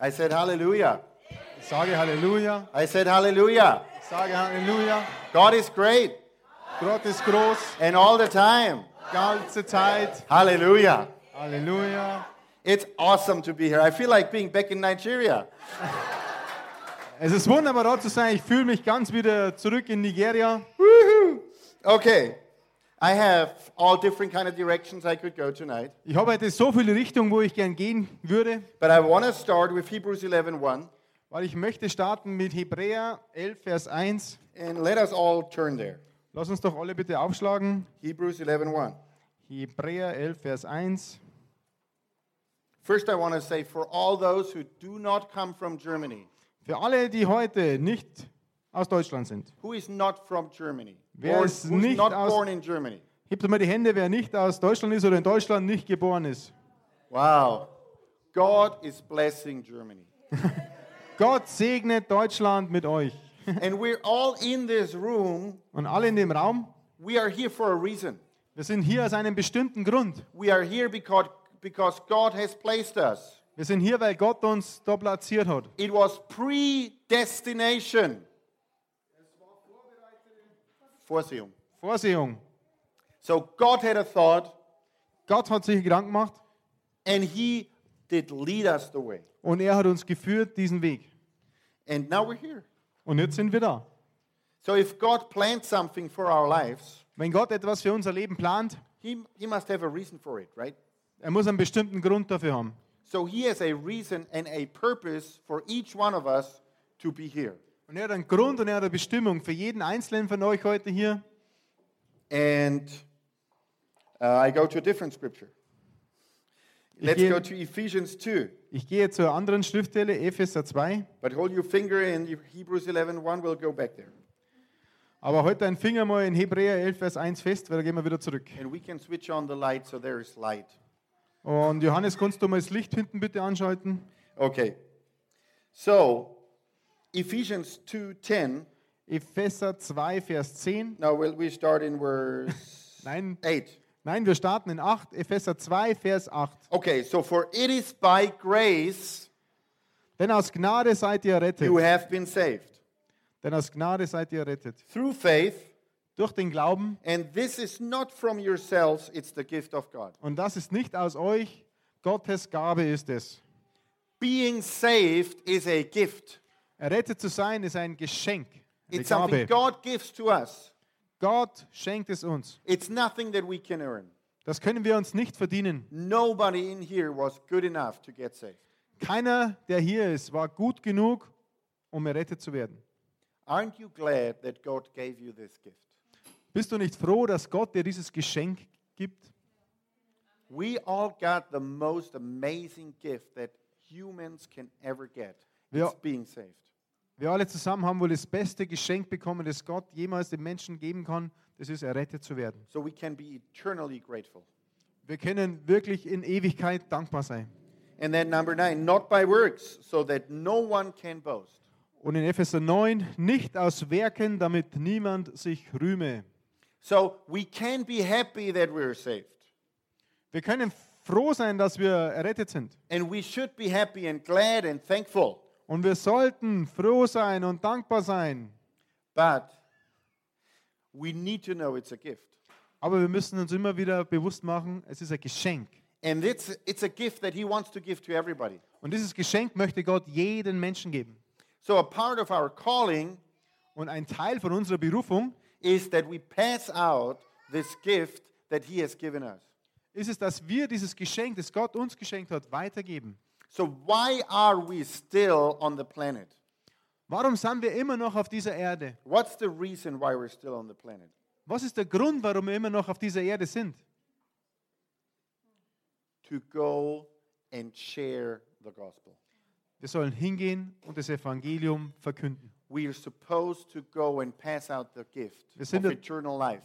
I said hallelujah. Ich sage Halleluja. I said hallelujah. Ich sage Halleluja. God is great Gott ist groß, and all the time. ganze Zeit. Hallelujah. Halleluja. It's awesome to be here. I feel like being back in Nigeria. Es ist wunderbar, dort zu sein. Ich fühle mich ganz wieder zurück in Nigeria. Okay. I have all different kind of directions I could go tonight, Ich habe heute so viele Richtungen, wo ich gern gehen würde, but I want to start with Hebrews 11:1 weil ich möchte starten mit Hebräer 11, Vers 1. and let us all turn there. Lass uns doch alle bitte aufschlagen. Hebrews 11:1. Hebräer 11, Vers 1. First I want to say for all those who do not come from Germany, Für alle, die heute nicht aus Deutschland sind, who is not from Germany, Wer or ist who's nicht not aus- born in Germany. hebt doch mal die Hände, wer nicht aus Deutschland ist oder in Deutschland nicht geboren ist. Wow. God is blessing Germany. Gott segnet Deutschland mit euch. And we're all in this room. Und alle in dem Raum, We are here for a reason. wir sind hier aus einem bestimmten Grund. We are here because, because God has placed us. Wir sind hier, weil Gott uns da platziert hat. It was predestination. Vorsehung. Vorsehung. So God had a thought Gott hat sich Gedanken gemacht and He did lead us the way. und er hat uns geführt diesen Weg. And now we're here. Und jetzt sind wir da. So if God planned something for our lives, Wenn Gott etwas für unser Leben plant, He, he must have a reason for it, right? er muss einen bestimmten Grund dafür haben. So He has a reason and a purpose for each one of us to be here. Und er hat einen Grund und er hat eine Bestimmung für jeden Einzelnen von euch heute hier. And uh, I go to a different scripture. Let's gehe- go to Ephesians 2. Ich gehe zur anderen Schriftstelle, Epheser 2, But hold your finger in Hebrews 11 We'll go back there. aber heute einen Finger mal in Hebräer 11, Vers 1 fest, weil da gehen wir wieder zurück. And we can switch on the light so there is light. Und Johannes, kannst du mal das Licht hinten bitte anschalten? Okay. So, Ephesians 2.10. Epheser 2, Vers 10. Now, will we start in verse Nein, 8? nein, wir starten in 8. Epheser 2, Vers 8. Okay, so for it is by grace Denn aus Gnade seid ihr errettet. you have been saved Denn aus Gnade seid ihr errettet. through faith, Durch den Glauben. and this is not from yourselves, it's the gift of God. Und das ist nicht aus euch. Gottes Gabe ist es. Being saved is a gift. Errettet zu sein ist ein Geschenk. Eine It's something Gabe. God gives to us. Gott schenkt es uns. It's nothing that we can earn. Das können wir uns nicht verdienen. Nobody in here was good enough to get saved. Keiner, der hier ist, war gut genug, um errettet zu werden. Aren't you glad that God gave you this gift? Bist du nicht froh, dass Gott dir dieses Geschenk gibt? We all got the most amazing gift that humans can ever get. Yeah. It's being saved. Wir alle zusammen haben wohl das beste Geschenk bekommen, das Gott jemals dem Menschen geben kann. Das ist, errettet zu werden. So we can be eternally grateful. Wir können wirklich in Ewigkeit dankbar sein. And then number nine, not by works, so that no one can boast. Und in Epheser 9, nicht aus Werken, damit niemand sich rühme. So we can be happy that we're saved. Wir können froh sein, dass wir errettet sind. And we should be happy and glad and thankful. Und wir sollten froh sein und dankbar sein. But we need to know it's a gift. Aber wir müssen uns immer wieder bewusst machen, es ist ein Geschenk. And it's, it's a gift that he wants to give to everybody. Und dieses Geschenk möchte Gott jeden Menschen geben. So a part of our calling Und ein Teil von unserer Berufung is that we pass out this gift that he has given us. ist es, dass wir dieses Geschenk, das Gott uns geschenkt hat, weitergeben. So why are we still on the planet? Warum sind wir immer noch auf dieser Erde? What's the reason why we're still on the planet? Was ist der Grund, warum wir immer noch auf dieser Erde sind? To go and share the gospel. Wir sollen hingehen und das Evangelium verkünden. We are supposed to go and pass out the gift Wir sind of ja- eternal life.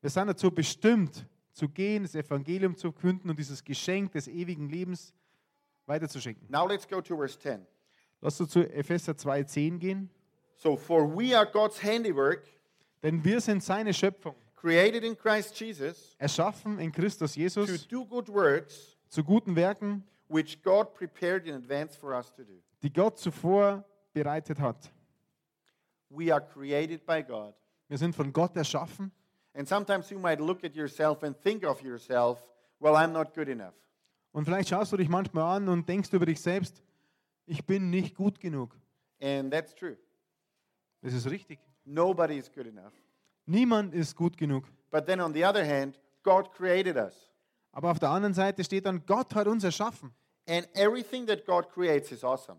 Wir sind dazu bestimmt, zu gehen, das Evangelium zu verkünden und dieses Geschenk des ewigen Lebens weiterzuschenken. Now let's go to verse 10. Lass uns zu Epheser 2,10 gehen. So, for we are God's handiwork, Denn wir sind seine Schöpfung, created in Christ Jesus erschaffen in Christus to Jesus do good works, zu guten Werken, which God prepared in advance for us to do. die Gott zuvor bereitet hat. We are created by God. Wir sind von Gott erschaffen And sometimes you might look at yourself and think of yourself, well, I'm not good enough. und vielleicht schaust du dich manchmal an und denkst über dich selbst, ich bin nicht gut genug. And that's true. Das ist richtig. Nobody is good enough. Niemand ist gut genug. But then on the other hand, God created us. Aber auf der anderen Seite steht dann, Gott hat uns erschaffen. And everything that God creates is awesome.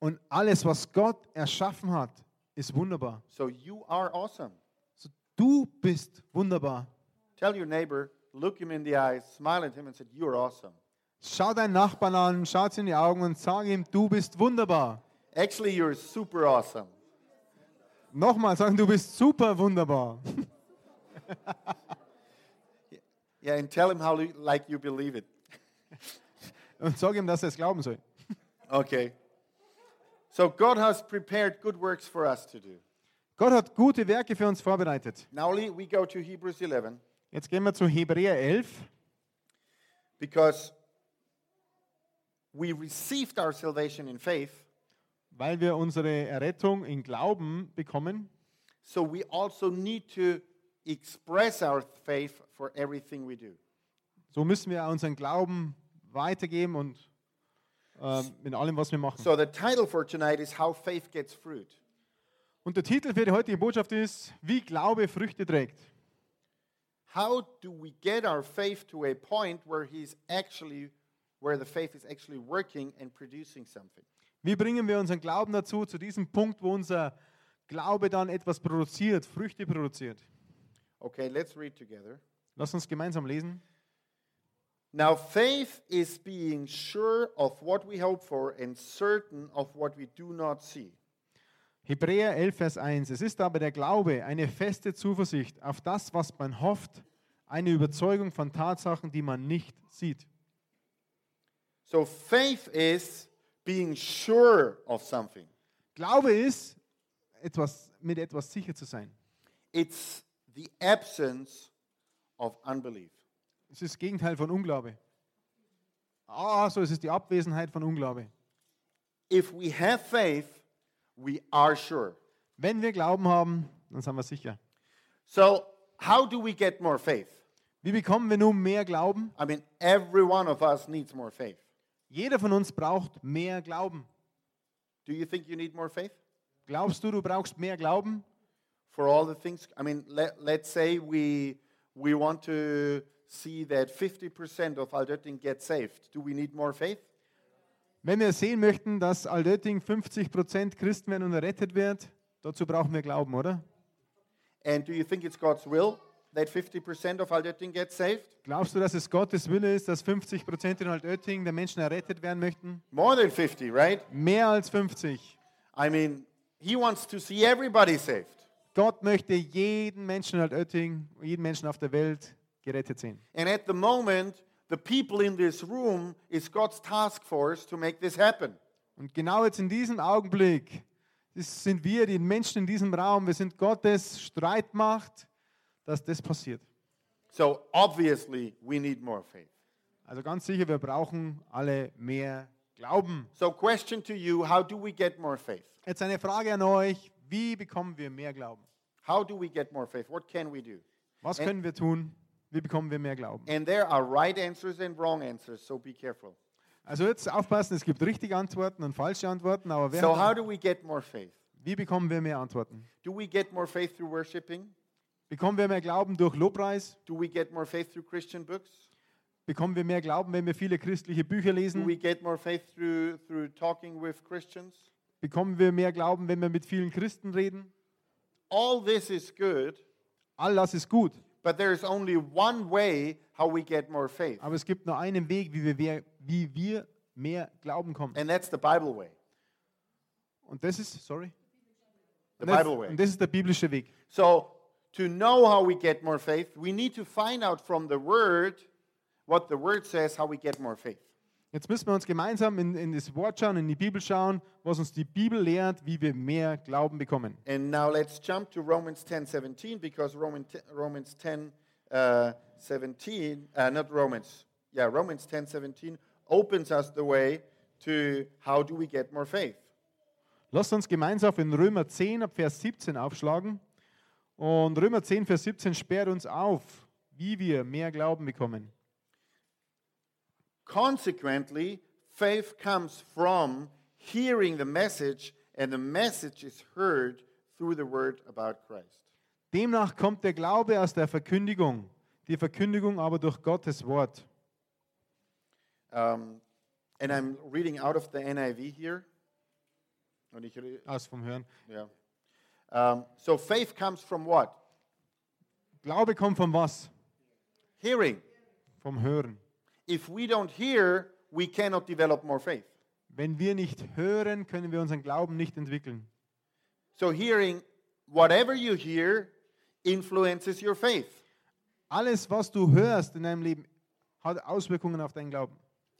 Und alles, was Gott erschaffen hat, ist wunderbar. So you are awesome. So, du bist wunderbar. Tell your neighbor, look him in the eyes, smile at him, and say, You're awesome. Schau deinen Nachbarn an, schau sie in die Augen und sag ihm, du bist wunderbar. Actually, you're super awesome. Nochmal sagen, du bist super wunderbar. Yeah, and tell him how you- like you believe it. Und sag ihm, dass er es glauben soll. Okay. So God has prepared good works for us to do. Gott hat gute Werke für uns vorbereitet. Now le- we go to Hebrews 11 Jetzt gehen wir zu Hebräer 11, because we received our salvation in faith, weil wir unsere Errettung in Glauben bekommen. so we also need to express our faith for everything we do. So müssen wir unseren Glauben weitergeben und ähm, in allem, was wir machen. So the title for tonight is How Faith Gets Fruit. Und der Titel für die heutige Botschaft ist, wie Glaube Früchte trägt. How do we get our faith to a point where he's actually where the faith is actually working and producing something? Wie bringen wir unseren Glauben dazu, zu diesem Punkt, wo unser Glaube dann etwas produziert, Früchte produziert? Okay, let's read together. Lass uns gemeinsam lesen. Now, faith is being sure of what we hope for and certain of what we do not see. Hebräer 11, Vers 1. Es ist aber der Glaube eine feste Zuversicht auf das, was man hofft, eine Überzeugung von Tatsachen, die man nicht sieht. So, faith is being sure of something. Glaube ist, etwas, mit etwas sicher zu sein. It's the absence of unbelief. Es ist das Gegenteil von Unglaube. Ah, so es ist die Abwesenheit von Unglaube. If we have faith, we are sure. Wenn wir Glauben haben, dann sind wir sicher. So, how do we get more faith? Wie bekommen wir nun mehr Glauben? I mean, every one of us needs more faith. Jeder von uns braucht mehr Glauben. Do you think you need more faith? Glaubst du, du brauchst mehr Glauben? for all the things i mean let, let's say we we want to see that 50% of aldötting get saved do we need more faith Wenn wir sehen möchten, dass Altötting 50% Christen werden und errettet wird, dazu brauchen wir Glauben, oder? and do you think it's god's will that 50% of aldötting get saved Glaubst du, dass es Gottes Wille ist, dass 50% in Altötting der Menschen errettet werden möchten? more than 50 right Mehr als 50. i mean he wants to see everybody saved Gott möchte jeden Menschen in Altötting, jeden Menschen auf der Welt gerettet sehen. and at the moment the people in this room is god's task force to make this happen Und genau jetzt in diesem Augenblick das sind wir, die Menschen in diesem Raum, wir sind Gottes Streitmacht, dass das passiert. so obviously we need more faith Also ganz sicher, wir brauchen alle mehr Glauben. so question to you how do we get more faith Jetzt eine Frage an euch, wie bekommen wir mehr Glauben? how do we get more faith what can we do Was Äh, können wir tun? Wie bekommen wir mehr Glauben? And there are right answers and wrong answers, so be careful. Also jetzt aufpassen, es gibt richtige Antworten und falsche Antworten, aber wer So, hat- how do we get more faith? wie bekommen wir mehr Antworten? Do we get more faith through worshiping? Bekommen wir mehr Glauben durch Lobpreis? Do we get more faith through Christian books? Bekommen wir mehr Glauben, wenn wir viele christliche Bücher Do lesen? we get more faith through, through talking with Christians? Bekommen wir mehr Glauben, wenn wir mit vielen Christen reden? All this is good, All das ist gut, but there is only one way how we get more faith, aber es gibt nur einen Weg, wie wir, wer- wie wir mehr Glauben kommen. and that's the Bible way. Und das ist, sorry? The Und das, Bible way. und das ist der biblische Weg. So, to know how we get more faith, we need to find out from the Word what the Word says, how we get more faith. Jetzt müssen wir uns gemeinsam in, in das Wort schauen, in die Bibel schauen, was uns die Bibel lehrt, wie wir mehr Glauben bekommen. And now let's jump to Romans 10 17, because Roman t- Romans 10 uh, 17, uh, not Romans, yeah, Romans 10 17 opens us the way to how do we get more faith. Lasst uns gemeinsam in Römer 10 ab Vers 17 aufschlagen. Und Römer 10, Vers 17 sperrt uns auf, wie wir mehr Glauben bekommen. Consequently, faith comes from hearing the message, and the message is heard through the word about Christ. Demnach kommt der Glaube aus der Verkündigung, die Verkündigung aber durch Gottes Wort. Um, and I'm reading out of the NIV here. Und ich re- Aus vom Hören. yeah. Um, so faith comes from what? Glaube kommt von was? Hearing. Vom Hören. If we don't hear, we cannot develop more faith. Wenn wir nicht hören, können wir unseren Glauben nicht entwickeln. So hearing, whatever you hear, influences your faith. Alles, was du hörst in deinem Leben, hat Auswirkungen auf deinen Glauben.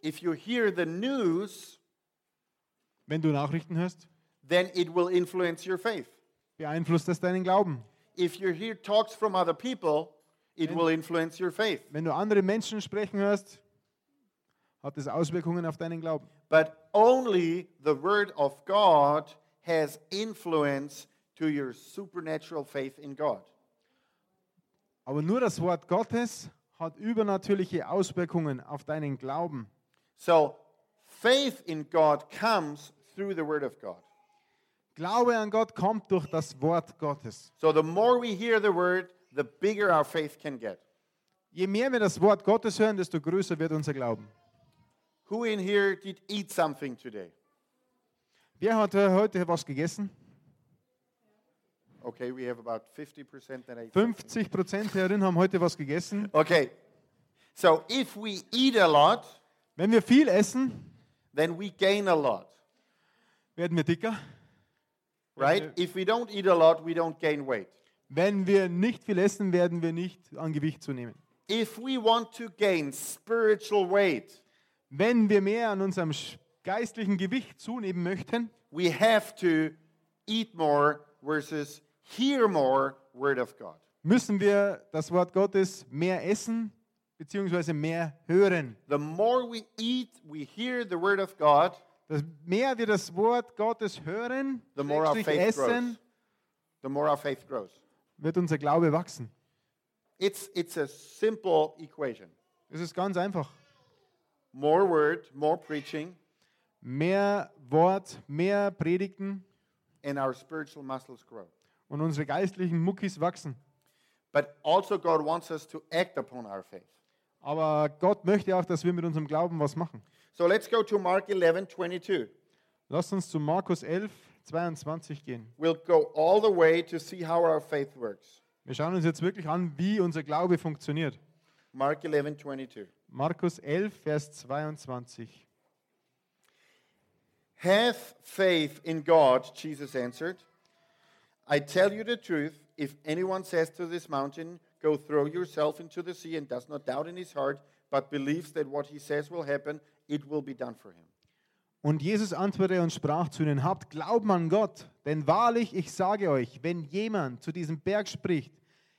If you hear the news, Wenn du Nachrichten hörst, then it will influence your faith. beeinflusst das deinen Glauben. If you hear talks from other people, it will influence your faith. Wenn du andere Menschen sprechen hörst, hat das Auswirkungen auf deinen Glauben. But only the Word of God has influence to your supernatural faith in God. Aber nur das Wort Gottes hat übernatürliche Auswirkungen auf deinen Glauben. So faith in God comes through the Word of God. Glaube an Gott kommt durch das Wort Gottes. So the more we hear the Word, the bigger our faith can get. Je mehr wir das Wort Gottes hören, desto größer wird unser Glauben. Who in here did eat something today? Wer hat äh, heute was gegessen? Okay, we have about 50% that ate. 50 Prozent Herren haben heute was gegessen. Okay. So if we eat a lot, Wenn wir viel essen, then we gain a lot, werden wir dicker. right? If we don't eat a lot, we don't gain weight. Wenn wir nicht viel essen, werden wir nicht an Gewicht zunehmen. If we want to gain spiritual weight, Wenn wir mehr an unserem sch- geistlichen Gewicht zunehmen möchten, we have to eat more versus hear more word of God. müssen wir das Wort Gottes mehr essen bzw. mehr hören. The more we eat, we hear the word of God, Das mehr wir das Wort Gottes hören, The more our schrägstrich faith grows. essen, the more our faith grows. wird unser Glaube wachsen. It's, it's a simple equation. Es ist ganz einfach. More word, more preaching, Mehr Wort, mehr Predigten and our spiritual muscles grow. und unsere geistlichen Muckis wachsen. But also God wants us to act upon our faith. Aber Gott möchte auch, dass wir mit unserem Glauben was machen. So let's go to Mark 11, 22. Lasst uns zu Markus 11, 22 gehen. We'll go all the way to see how our faith works. Wir schauen uns jetzt wirklich an, wie unser Glaube funktioniert. Mark 11, 22. Markus 11, Vers 22. Have faith in God, Jesus answered. I tell you the truth, if anyone says to this mountain, Go throw yourself into the sea, and does not doubt in his heart, but believes that what he says will happen, it will be done for him. Und Jesus antwortete und sprach zu ihnen, habt Glauben an Gott, denn wahrlich, ich sage euch, wenn jemand zu diesem Berg spricht,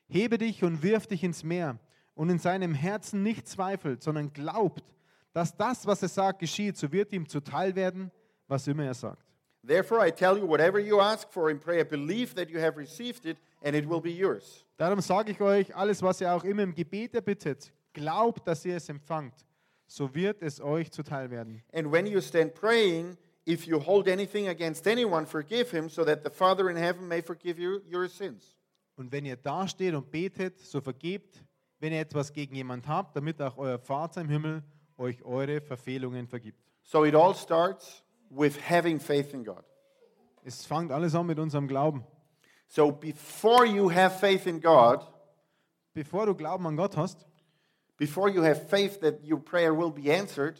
hebe dich und wirf dich ins Meer und in seinem Herzen nicht zweifelt, sondern glaubt, dass das, was er sagt, geschieht, so wird ihm zuteil werden, was immer er sagt. Therefore, I tell you, whatever you ask for in prayer, believe that you have received it, and it will be yours. Darum sage ich euch, alles, was ihr auch immer im Gebet erbittet, glaubt, dass ihr es empfangt, so wird es euch zuteil werden. And when you stand praying, if you hold anything against anyone, forgive him, so that the Father in heaven may forgive you your sins. Und wenn ihr dasteht und betet, so vergebt, wenn ihr etwas gegen jemand habt, damit auch euer Vater im Himmel euch eure Verfehlungen vergibt. So it all starts with having faith in God. Es fängt alles an mit unserem Glauben. So before you have faith in God, Bevor du Glauben an Gott hast, before you have faith that your prayer will be answered,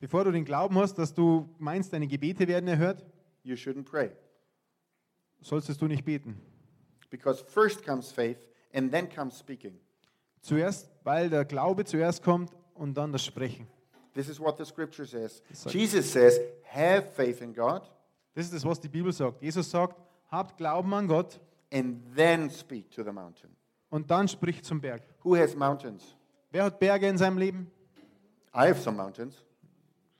bevor du den Glauben hast, dass du meinst, deine Gebete werden erhört, you shouldn't pray. solltest du nicht beten. Because first comes faith and then comes speaking. Zuerst, weil der Glaube zuerst kommt und dann das Sprechen. This is what the scripture says. Sorry. Jesus says, have faith in God Das ist das, was die Bibel sagt. Jesus sagt, habt Glauben an Gott and then speak to the mountain. und dann spricht zum Berg. Who has mountains? Wer hat Berge in seinem Leben? I have some mountains,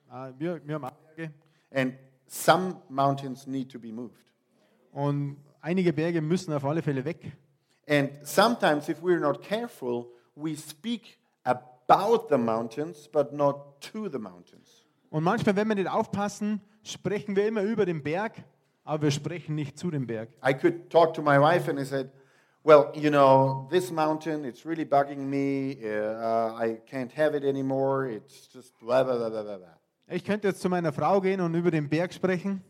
Ah, Wir, wir haben auch Berge. and some mountains need to be moved. Und einige Berge müssen auf alle Fälle weg. And sometimes, if we're not careful, we speak about the mountains, but not to the mountains. Und manchmal, wenn wir nicht aufpassen, sprechen wir immer über den Berg, aber wir sprechen nicht zu dem Berg. I could talk to my wife and I said, Well, you know, this mountain, it's really bugging me. Uh, I can't have it anymore. It's just blah, blah, blah, blah, blah. blah. Ich könnte jetzt zu meiner Frau gehen und über den Berg sprechen,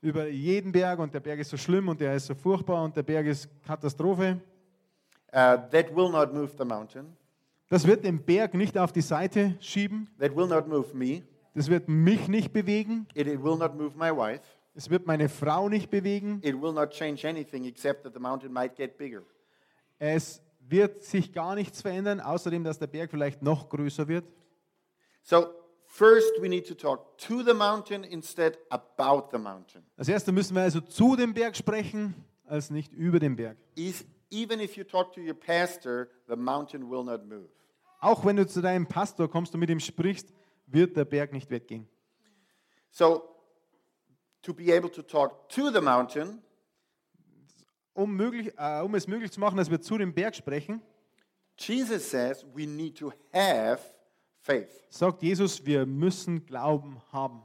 über jeden Berg und der Berg ist so schlimm und der ist so furchtbar und der Berg ist Katastrophe. Uh, that will not move the mountain. Das wird den Berg nicht auf die Seite schieben, That will not move me. das wird mich nicht bewegen, It, it will not move my wife. es wird meine Frau nicht bewegen, It will not change anything except that the mountain might get bigger. es wird sich gar nichts verändern, außerdem, dass der Berg vielleicht noch größer wird. So, first, we need to talk to the mountain instead about the mountain. Als erstes müssen wir also zu dem Berg sprechen, als nicht über den Berg. Is, even if you talk to your pastor, the mountain will not move. Auch wenn du zu deinem Pastor kommst und mit ihm sprichst, wird der Berg nicht weggehen. So, to be able to talk to the mountain, Um, möglich, äh, um es möglich zu machen, dass wir zu dem Berg sprechen, Jesus says we need to have faith. sagt Jesus, wir müssen Glauben haben.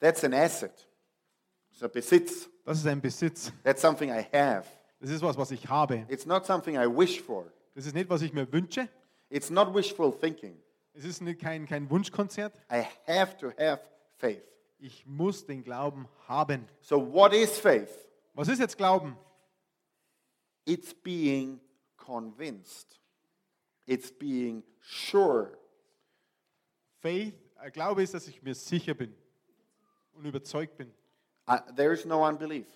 That's an asset. It's a besitz. Das ist ein Besitz. That's something I have. Das ist was, was ich habe. It's not something I wish for. Das ist nicht, was ich mir wünsche. It's not wishful thinking. Es ist nicht kein, kein Wunschkonzert. I have to have faith. Ich muss den Glauben haben. So, what is faith? Was ist jetzt Glauben? It's being convinced, it's being sure. Faith, äh, Glaube ist, dass ich mir sicher bin und überzeugt bin. Uh, there is no unbelief.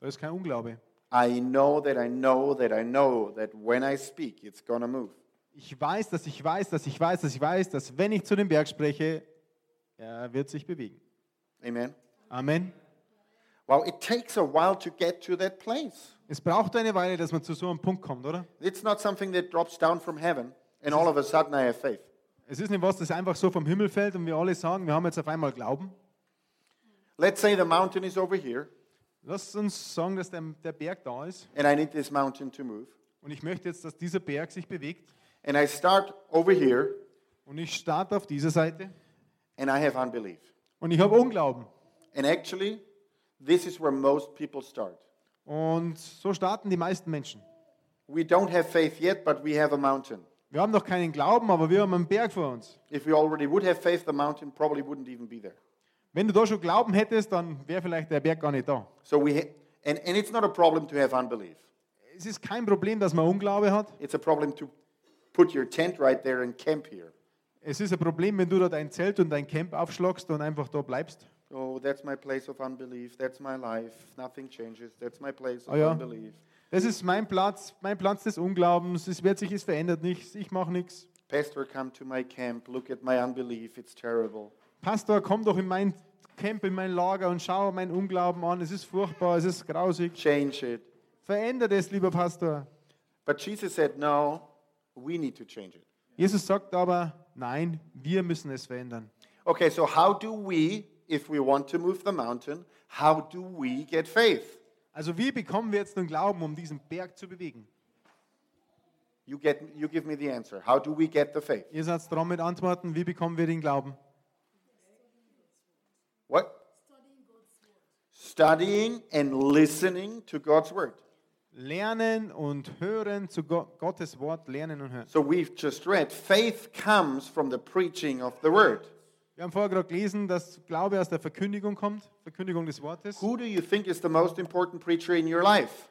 Da ist kein Unglaube. I know that I know that I know that when I speak, it's going to move. Ich weiß, dass ich weiß, dass ich weiß, dass ich weiß, dass wenn ich zu dem Berg spreche, er wird sich bewegen. Amen. Amen. Well, it takes a while to get to that place. Es braucht eine Weile, dass man zu so einem Punkt kommt, oder? It's not something that drops down from heaven and all of a sudden I have faith. Es ist nicht was, das einfach so vom Himmel fällt und wir alle sagen, wir haben jetzt auf einmal Glauben. Let's say the mountain is over here Lass uns sagen, dass der, der Berg da ist and I need this mountain to move. und ich möchte jetzt, dass dieser Berg sich bewegt And I start over here und ich starte auf dieser Seite and I have unbelief. und ich habe Unglauben. And actually, this is where most people start. Und so starten die meisten Menschen. We don't have faith yet, but we have a mountain. Wir haben noch keinen Glauben, aber wir haben einen Berg vor uns. If we already would have faith, the mountain probably wouldn't even be there. Wenn du da schon Glauben hättest, dann wäre vielleicht der Berg gar nicht da. So we ha- and, and it's not a problem to have unbelief. Es ist kein Problem, dass man Unglaube hat. It's a problem to put your tent right there and camp here. Es ist ein Problem, wenn du da dein Zelt und dein Camp aufschlagst und einfach da bleibst. Oh, that's my place of unbelief. That's my life. Nothing changes. That's my place of Ah, ja. unbelief. Das ist mein Platz, mein Platz des Unglaubens. Es wird sich, es verändert nichts. Ich mache nichts. Pastor, come to my camp. Look at my unbelief. It's terrible. Pastor, komm doch in mein Camp, in mein Lager und schau mein Unglauben an. Es ist furchtbar, es ist grausig. Change it. Verändert es, lieber Pastor. But Jesus said, no, we need to change it. Jesus sagt aber, nein, wir müssen es verändern. Okay, so how do we, if we want to move the mountain, how do we get faith? Also wie bekommen wir jetzt den Glauben, um diesen Berg zu bewegen? You, get, you give me the answer. How do we get the faith? Ihr seid dran mit Antworten, wie bekommen wir den Glauben? What? Studying and listening to God's word. Lernen und hören zu Go Gottes Wort, lernen und hören. So we've just read faith comes from the preaching of the word. Wir haben vorher gerade gelesen, dass Glaube aus der Verkündigung kommt, Verkündigung des Wortes. Who do you think is the most important preacher in your life?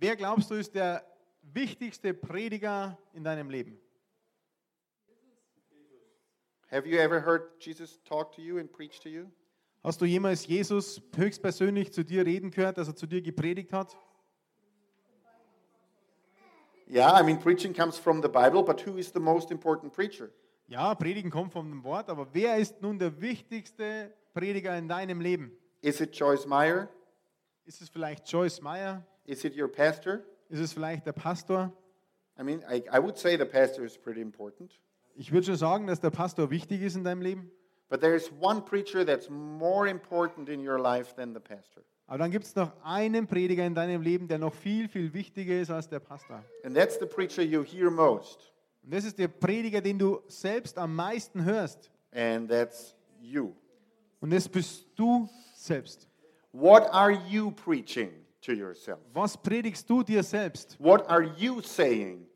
Wer glaubst du ist der wichtigste Prediger in deinem Leben? Have you ever heard Jesus talk to you and preach to you? Hast du jemals Jesus höchstpersönlich zu dir reden gehört, dass er zu dir gepredigt hat? Yeah, I mean, preaching comes from the Bible, but who is the most important preacher? Ja, Predigen kommt von dem Wort, aber wer ist nun der wichtigste Prediger in deinem Leben? Is it Joyce Meyer? Ist es vielleicht Joyce Meyer? Is it your pastor? Ist es vielleicht der Pastor? I mean, I, I would say the pastor is pretty important, Ich würde schon sagen, dass der Pastor wichtig ist in deinem Leben. but there is one preacher that's more important in your life than the pastor, Aber dann gibt es noch einen Prediger in deinem Leben, der noch viel, viel wichtiger ist als der Pastor. and that's the preacher you hear most, Und das ist der Prediger, den du selbst am meisten hörst. and that's you. Und das bist du selbst. What are you preaching to yourself? Was predigst du dir selbst? What are you saying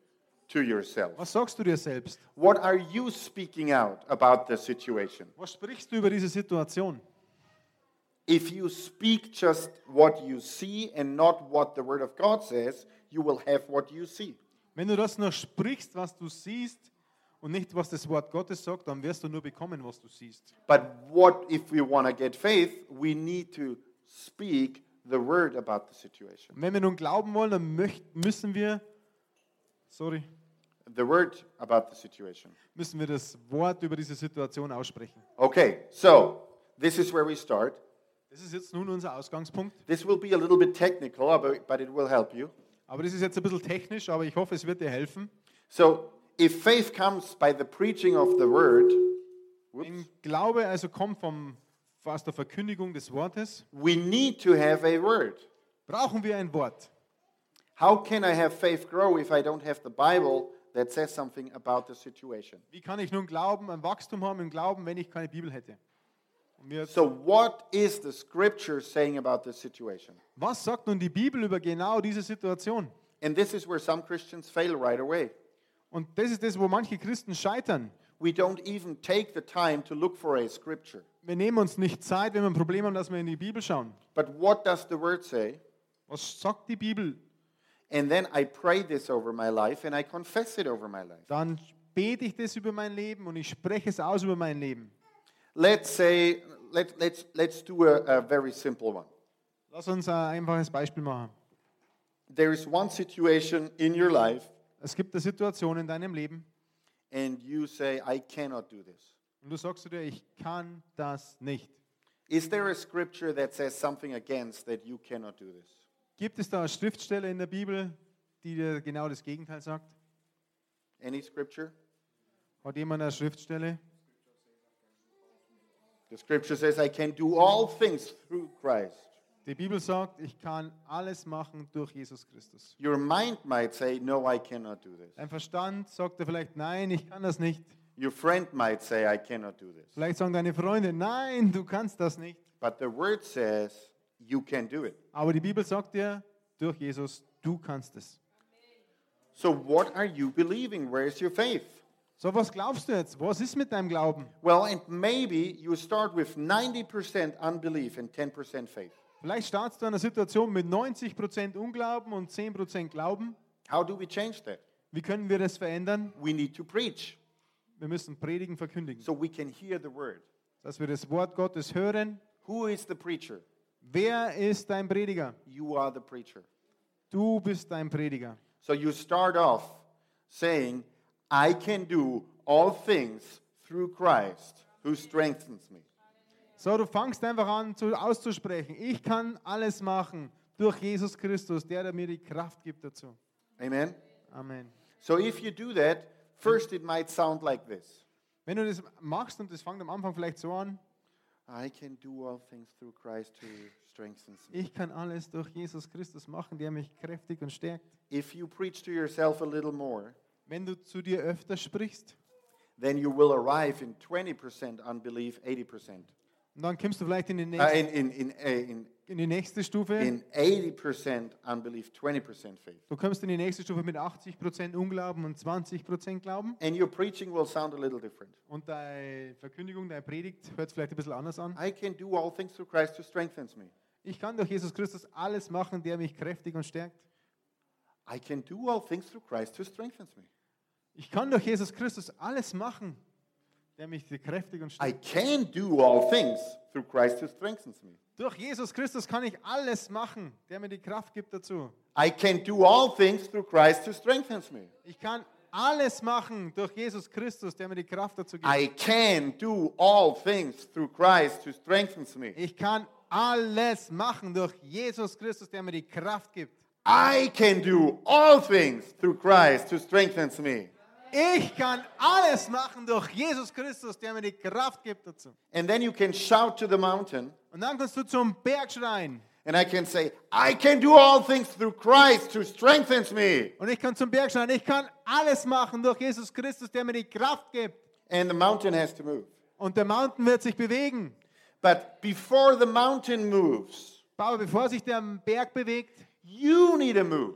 to yourself? Was sagst du dir selbst? What are you speaking out about the situation? Was sprichst du über diese Situation? If you speak just what you see and not what the Word of God says, you will have what you see. Wenn du das noch sprichst, was du siehst und nicht, was das Wort Gottes sagt, dann wirst du nur bekommen, was du siehst. But what if we want to get faith? We need to speak the word about the situation. Und wenn wir nun glauben wollen, dann möcht, müssen wir, sorry, The word about the situation. müssen wir das Wort über diese Situation aussprechen. Okay, so this is where we start. Das ist jetzt nun unser Ausgangspunkt. This will be a little bit technical, but but it will help you. Aber das ist jetzt ein bisschen technisch, aber ich hoffe, es wird dir helfen. So if faith comes by the preaching of the word, whoops, Wenn Glaube also kommt vom, aus der Verkündigung des Wortes, we need to have a word. brauchen wir ein Wort. How can I have faith grow if I don't have the Bible that says something about the situation? Wie kann ich nun Glauben, ein Wachstum haben im Glauben, wenn ich keine Bibel hätte? Und wir, So what is the scripture saying about this situation? was sagt nun die Bibel über genau diese Situation? And this is where some Christians fail right away. Und das ist das, wo manche Christen scheitern. We don't even take the time to look for a scripture. Wir nehmen uns nicht Zeit, wenn wir ein Problem haben, dass wir in die Bibel schauen. But what does the word say? Was sagt die Bibel? And then I pray this over my life and I confess it over my life. Dann bete ich das über mein Leben und ich spreche es aus über mein Leben. Let's say, let, let's, let's do a, a very simple one. Lass uns ein einfaches Beispiel machen. There is one situation in your life Es gibt eine Situation in deinem Leben and you say, I cannot do this. und du sagst zu dir, ich kann das nicht. Is there a scripture that says something against that you cannot do this? Gibt es da eine Schriftstelle in der Bibel, die dir genau das Gegenteil sagt? Any scripture? Hat jemand eine Schriftstelle? The scripture says, I can do all things through Christ. Die Bibel sagt, ich kann alles machen durch Jesus Christus. Your mind might say, No, I cannot do this. Dein Verstand sagt dir vielleicht, nein, ich kann das nicht. Your friend might say, I cannot do this. Vielleicht sagen deine Freunde, nein, du kannst das nicht. But the word says, You can do it. Aber die Bibel sagt dir, durch Jesus, du kannst es. So, what are you believing? Where is your faith? So, was glaubst du jetzt? Was ist mit deinem Glauben? Well, and maybe you start with 90% unbelief and 10% faith. Vielleicht startest du in einer Situation mit 90% Unglauben und 10% Glauben. How do we change that? Wie können wir das verändern? We need to preach Wir müssen predigen, verkündigen. so we can hear the word. Dass wir das Wort Gottes hören. Who is the preacher? Wer ist dein Prediger? You are the preacher. Du bist dein Prediger. So, you start off saying, I can do all things through Christ who strengthens me. So, du fangst einfach an zu, auszusprechen. Ich kann alles machen durch Jesus Christus, der, der mir die Kraft gibt dazu. Amen. Amen. So if you do that, first it might sound like this Wenn du das machst und das fängt am Anfang vielleicht so an, I can do all things through Christ who strengthens me. ich kann alles durch Jesus Christus machen, der mich kräftig und stärkt. If you preach to yourself a little more, Wenn du zu dir öfter sprichst, then you will arrive in 20% unbelief, 80%. und dann kommst du vielleicht in die Uh, nächste, in, in, in, uh, in, in die nächste Stufe. in 80% unbelief, 20% faith. Du kommst in die nächste Stufe mit 80% Unglauben und 20% Glauben. And your preaching will sound a little different. Und deine Verkündigung, deine Predigt hört vielleicht ein bisschen anders an. I can do all things through Christ who strengthens me. Ich kann durch Jesus Christus alles machen, der mich kräftig und stärkt. I can do all things through Christ who strengthens me. Ich kann durch Jesus Christus alles machen. der mich kräftigt und I stärkt. can do all things through Christ who strengthens me. Durch Jesus Christus kann ich alles machen, der mir die Kraft gibt dazu. I can do all things through Christ who strengthens me. Ich kann alles machen durch Jesus Christus, der mir die Kraft dazu gibt. I can do all things through Christ who strengthens me. Ich kann alles machen durch Jesus Christus, der mir die Kraft gibt. I can do all things through Christ who strengthens me. Ich kann alles machen durch Jesus Christus, der mir die Kraft gibt dazu. And then you can shout to the mountain, Und dann kannst du zum Berg schreien. and I can say, I can do all things through Christ who strengthens me. Und ich kann zum Berg schreien. Ich kann alles machen durch Jesus Christus, der mir die Kraft gibt. And the mountain has to move. Und der Mountain wird sich bewegen. But before the mountain moves, Aber bevor sich der Berg bewegt, you need to move.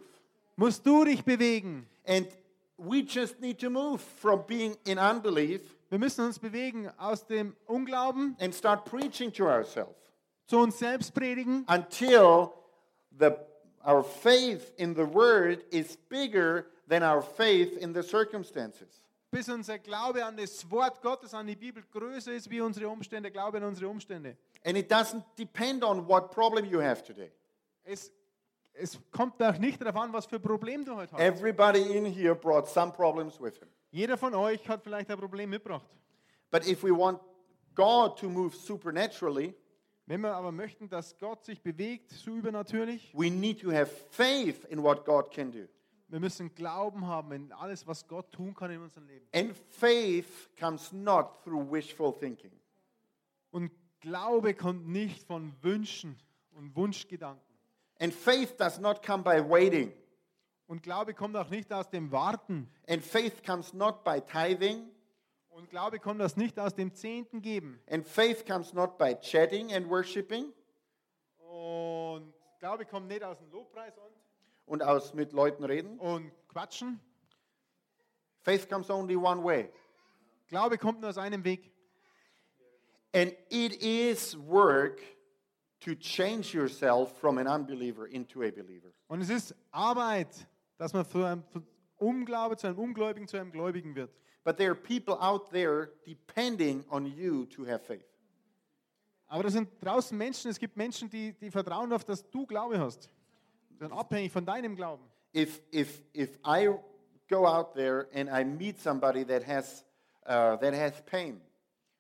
musst du dich bewegen. And we just need to move from being in unbelief Wir müssen uns bewegen aus dem Unglauben and start preaching to ourselves zu uns selbst predigen, until the, our faith in the word is bigger than our faith in the circumstances. bis unser Glaube an das Wort Gottes, an die Bibel größer ist wie unsere Umstände, Glaube an unsere Umstände. And it doesn't depend on what problem you have today. Es, es kommt auch nicht darauf an, was für ein Problem du heute hast. Everybody in here brought some problems with him. Jeder von euch hat vielleicht ein Problem mitgebracht. But if we want God to move supernaturally, Wenn wir aber möchten, dass Gott sich bewegt, so übernatürlich, we need to have faith in what God can do. wir müssen Glauben haben in alles, was Gott tun kann in unserem Leben. And faith comes not through wishful thinking. Und Glaube kommt nicht von Wünschen und Wunschgedanken. And faith does not come by waiting. Und Glaube kommt auch nicht aus dem Warten. And faith comes not by tithing. Und Glaube kommt das nicht aus dem Zehnten geben. And faith comes not by chatting and worshiping Und Glaube kommt nicht aus dem Lobpreis und, und aus mit Leuten reden. und Quatschen. Faith comes only one way. Glaube kommt nur aus einem Weg. And it is work to change yourself from an unbeliever into a believer. Und es ist Arbeit, dass man von einem von Unglaube zu einem Ungläubigen zu einem Gläubigen wird. But there are people out there depending on you to have faith. Aber das sind draußen Menschen, es gibt Menschen, die, die vertrauen darauf, dass du Glaube hast. Dann abhängig von deinem Glauben. If, if, if I go out there and I meet somebody that has, uh, that has pain,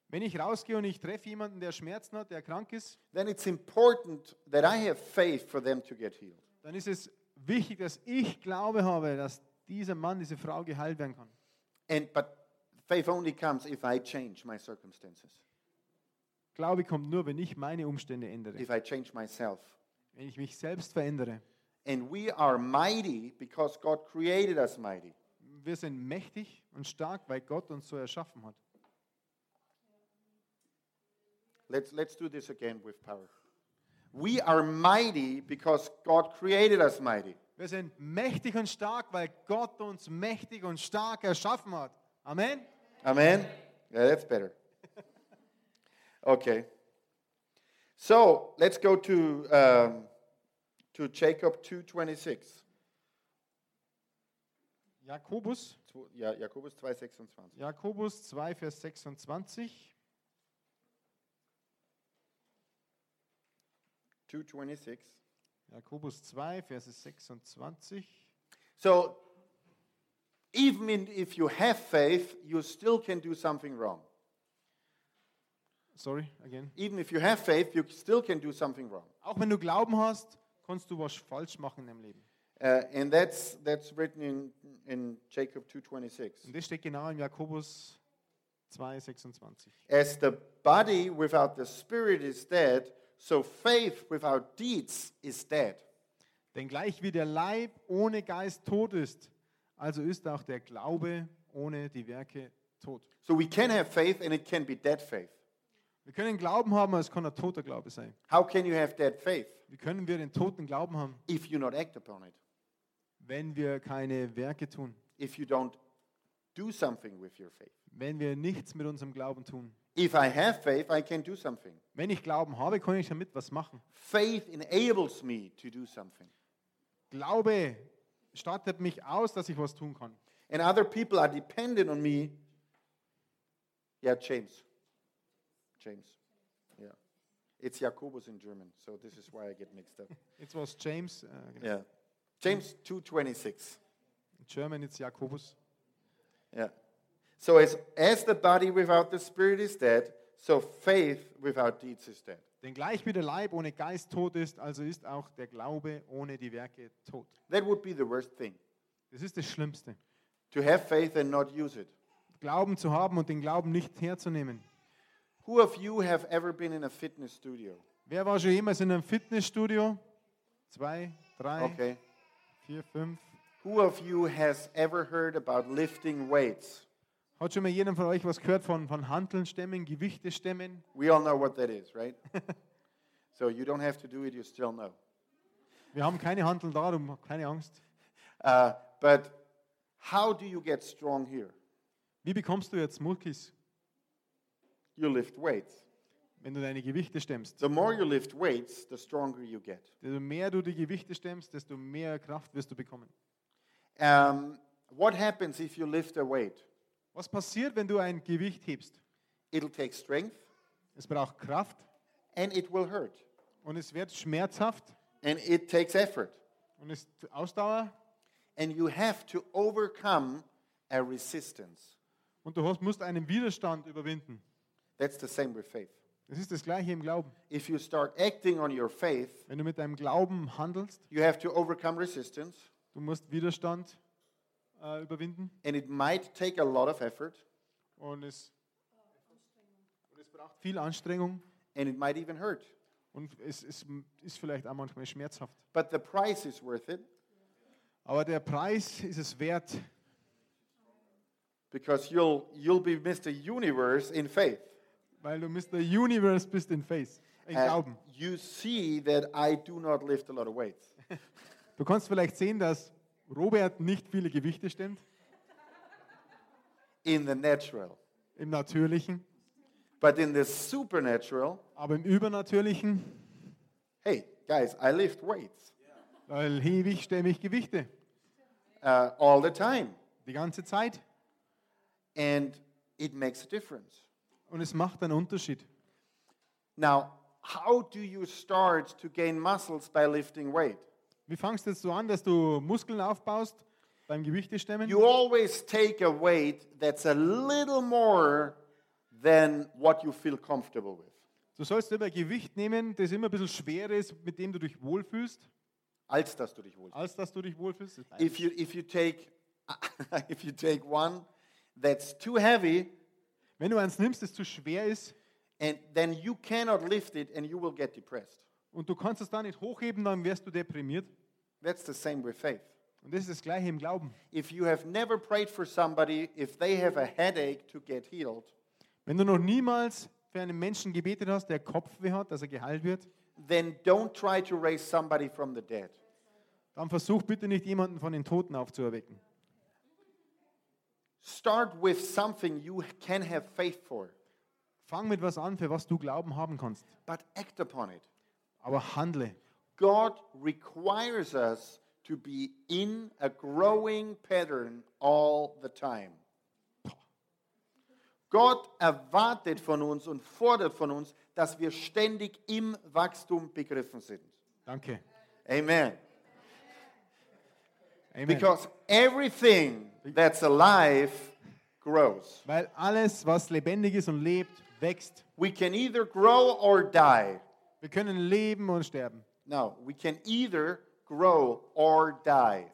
Wenn ich rausgehe und ich treffe jemanden, der Schmerzen hat, der krank ist, then it's important that I have faith for them to get healed. dann ist es wichtig, dass ich Glaube habe, dass dieser Mann, diese Frau geheilt werden kann. And, but faith only comes if I change my circumstances, Glaube kommt nur, wenn ich meine Umstände ändere, if I change myself. wenn ich mich selbst verändere. And we are mighty because God created us mighty. Wir sind mächtig und stark, weil Gott uns so erschaffen hat. Let's, let's do this again with power. We are mighty because God created us mighty. Wir sind mächtig und stark, weil Gott uns mächtig und stark erschaffen hat. Amen. Amen? Yeah, that's better. Okay. So let's go to, um, to Jacob 2.26. Jakobus, Zwo- Ja, Jakobus 2,26. Jakobus 2, Vers 26. 2.26. Jakobus 2, Vers 26. So even in- if you have faith, you still can do something wrong. Sorry, again. Even if you have faith, you still can do something wrong. Auch wenn du Glauben hast, kannst du was falsch machen im Leben. Uh, and that's, that's written in, in Jacob 2.26. Und das steht genau in Jakobus 2, 26. As the body without the spirit is dead, so faith without deeds is dead. Denn gleich wie der Leib ohne Geist tot ist, also ist auch der Glaube ohne die Werke tot. So we can have faith and it can be dead faith. Wir können Glauben haben, aber es kann ein toter Glaube sein. How can you have dead faith Wie können wir den toten Glauben haben, if you not act upon it? wenn wir keine Werke tun, If you don't do something with your faith? wenn wir nichts mit unserem Glauben tun? If I have faith, I can do something. Wenn ich Glauben habe, kann ich damit was machen. Faith enables me to do something. Glaube startet mich aus, dass ich was tun kann. And other people are dependent on me Yeah, James. James. Yeah. It's Jakobus in German, so this is why I get mixed up. It was James. äh, genau. yeah. James 2:26. In German it's Jakobus. Yeah. So as as the body without the spirit is dead, so faith without deeds is dead. Denn gleich wie der Leib ohne Geist tot ist, also ist auch der Glaube ohne die Werke tot. That would be the worst thing. Das ist das Schlimmste. To have faith and not use it. Glauben zu haben und den Glauben nicht herzunehmen. Who of you have ever been in a fitness studio? Wer war schon jemals in einem Fitnessstudio? Zwei, drei, Okay. vier, fünf. Who of you has ever heard about lifting weights? Hat schon mal jeder von euch was gehört von, von Hanteln stemmen, Gewichte stemmen? We all know what that is, right? so you don't have to do it, you still know. Wir haben keine Hanteln da, darum keine Angst. Uh, but how do you get strong here? Wie bekommst du jetzt Mulkis, You lift weights. wenn du deine Gewichte stemmst? The more you lift weights, the stronger you get. Desto mehr du die Gewichte stemmst, desto mehr Kraft wirst du bekommen. Um, what happens if you lift a weight? Was passiert, wenn du ein Gewicht hebst? It'll take strength Es braucht Kraft and it will hurt und es wird schmerzhaft and it takes effort. und es Ausdauer And you have to overcome a resistance. und du hast, musst einen Widerstand überwinden. That's the same with faith. Das ist das Gleiche im Glauben. If you start acting on your faith, Wenn du mit deinem Glauben handelst, you have to overcome resistance du musst Widerstand äh, überwinden and it might take a lot of effort und es, und es braucht viel Anstrengung and it might even hurt. und es, es m- ist vielleicht auch manchmal schmerzhaft. But the price is worth it Aber der Preis ist es wert, because you'll, you'll be Mr. Universe in faith. weil du Mr. Universe bist in Faith, in And Glauben. you see that I do not lift a lot of weights. Du kannst vielleicht sehen, dass Robert nicht viele Gewichte stemmt in the natural. im Natürlichen, But in the supernatural, aber im Übernatürlichen hey, guys, I lift weights Weil ewig stemme ich Gewichte. uh, all the time. Die ganze Zeit. And it makes a difference. Und es macht einen Unterschied. Now, how do you start to gain muscles by lifting weight? Wie fangst du jetzt so an, dass du Muskeln aufbaust beim Gewichte stemmen? You always take a weight that's a little more than what you feel comfortable with. Du sollst immer Gewicht nehmen, das immer ein bisschen schwerer ist, mit dem du dich wohlfühlst, Als dass du dich wohlfühlst. als dass du dich wohlfühlst. If you, if you take if you take one that's too heavy Wenn du eins nimmst, das zu schwer ist and then you cannot lift it and you will get depressed. und du kannst es da nicht hochheben, dann wirst du deprimiert. That's the same with faith. Und das ist das Gleiche im Glauben. If you have never prayed for somebody, if they have a headache to get healed, Wenn du noch niemals für einen Menschen gebetet hast, der Kopfweh hat, dass er geheilt wird, then don't try to raise somebody from the dead. dann versuch bitte nicht jemanden von den Toten aufzuerwecken. Start with something you can have faith for, Fang mit was an, für was du Glauben haben kannst. but act upon it. Aber handle. God requires us to be in a growing pattern all the time. Gott erwartet von uns und fordert von uns, dass wir ständig im Wachstum begriffen sind. Danke. Amen. Amen. Because everything that's alive grows. Weil alles, was lebendig ist und lebt, wächst. We can either grow or die. Wir können leben und sterben. No, we can either grow or die.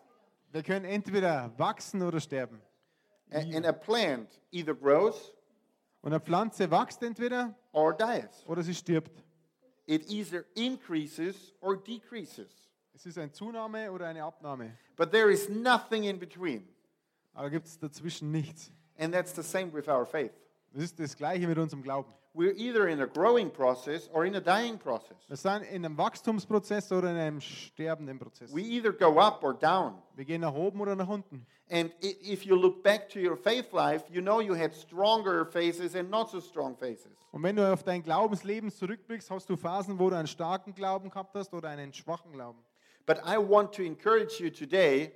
Wir können entweder wachsen oder sterben. A- And a plant either grows Und eine Pflanze wächst entweder or dies. oder sie stirbt. It either increases or decreases. Es ist eine Zunahme oder eine Abnahme. But there is nothing in between. Aber gibt es dazwischen nichts. And that's the same with our faith. Das ist das Gleiche mit unserem Glauben. We're either in a growing process or in a dying process. Wir sind in einem Wachstumsprozess oder in einem sterbenden Prozess. We either go up or down. Wir gehen nach oben oder nach unten. And i- if you look back to your faith life, you know you had stronger phases and not so strong phases. Und wenn du auf dein Glaubensleben zurückblickst, hast du Phasen, wo du einen starken Glauben gehabt hast oder einen schwachen Glauben. But I want to encourage you today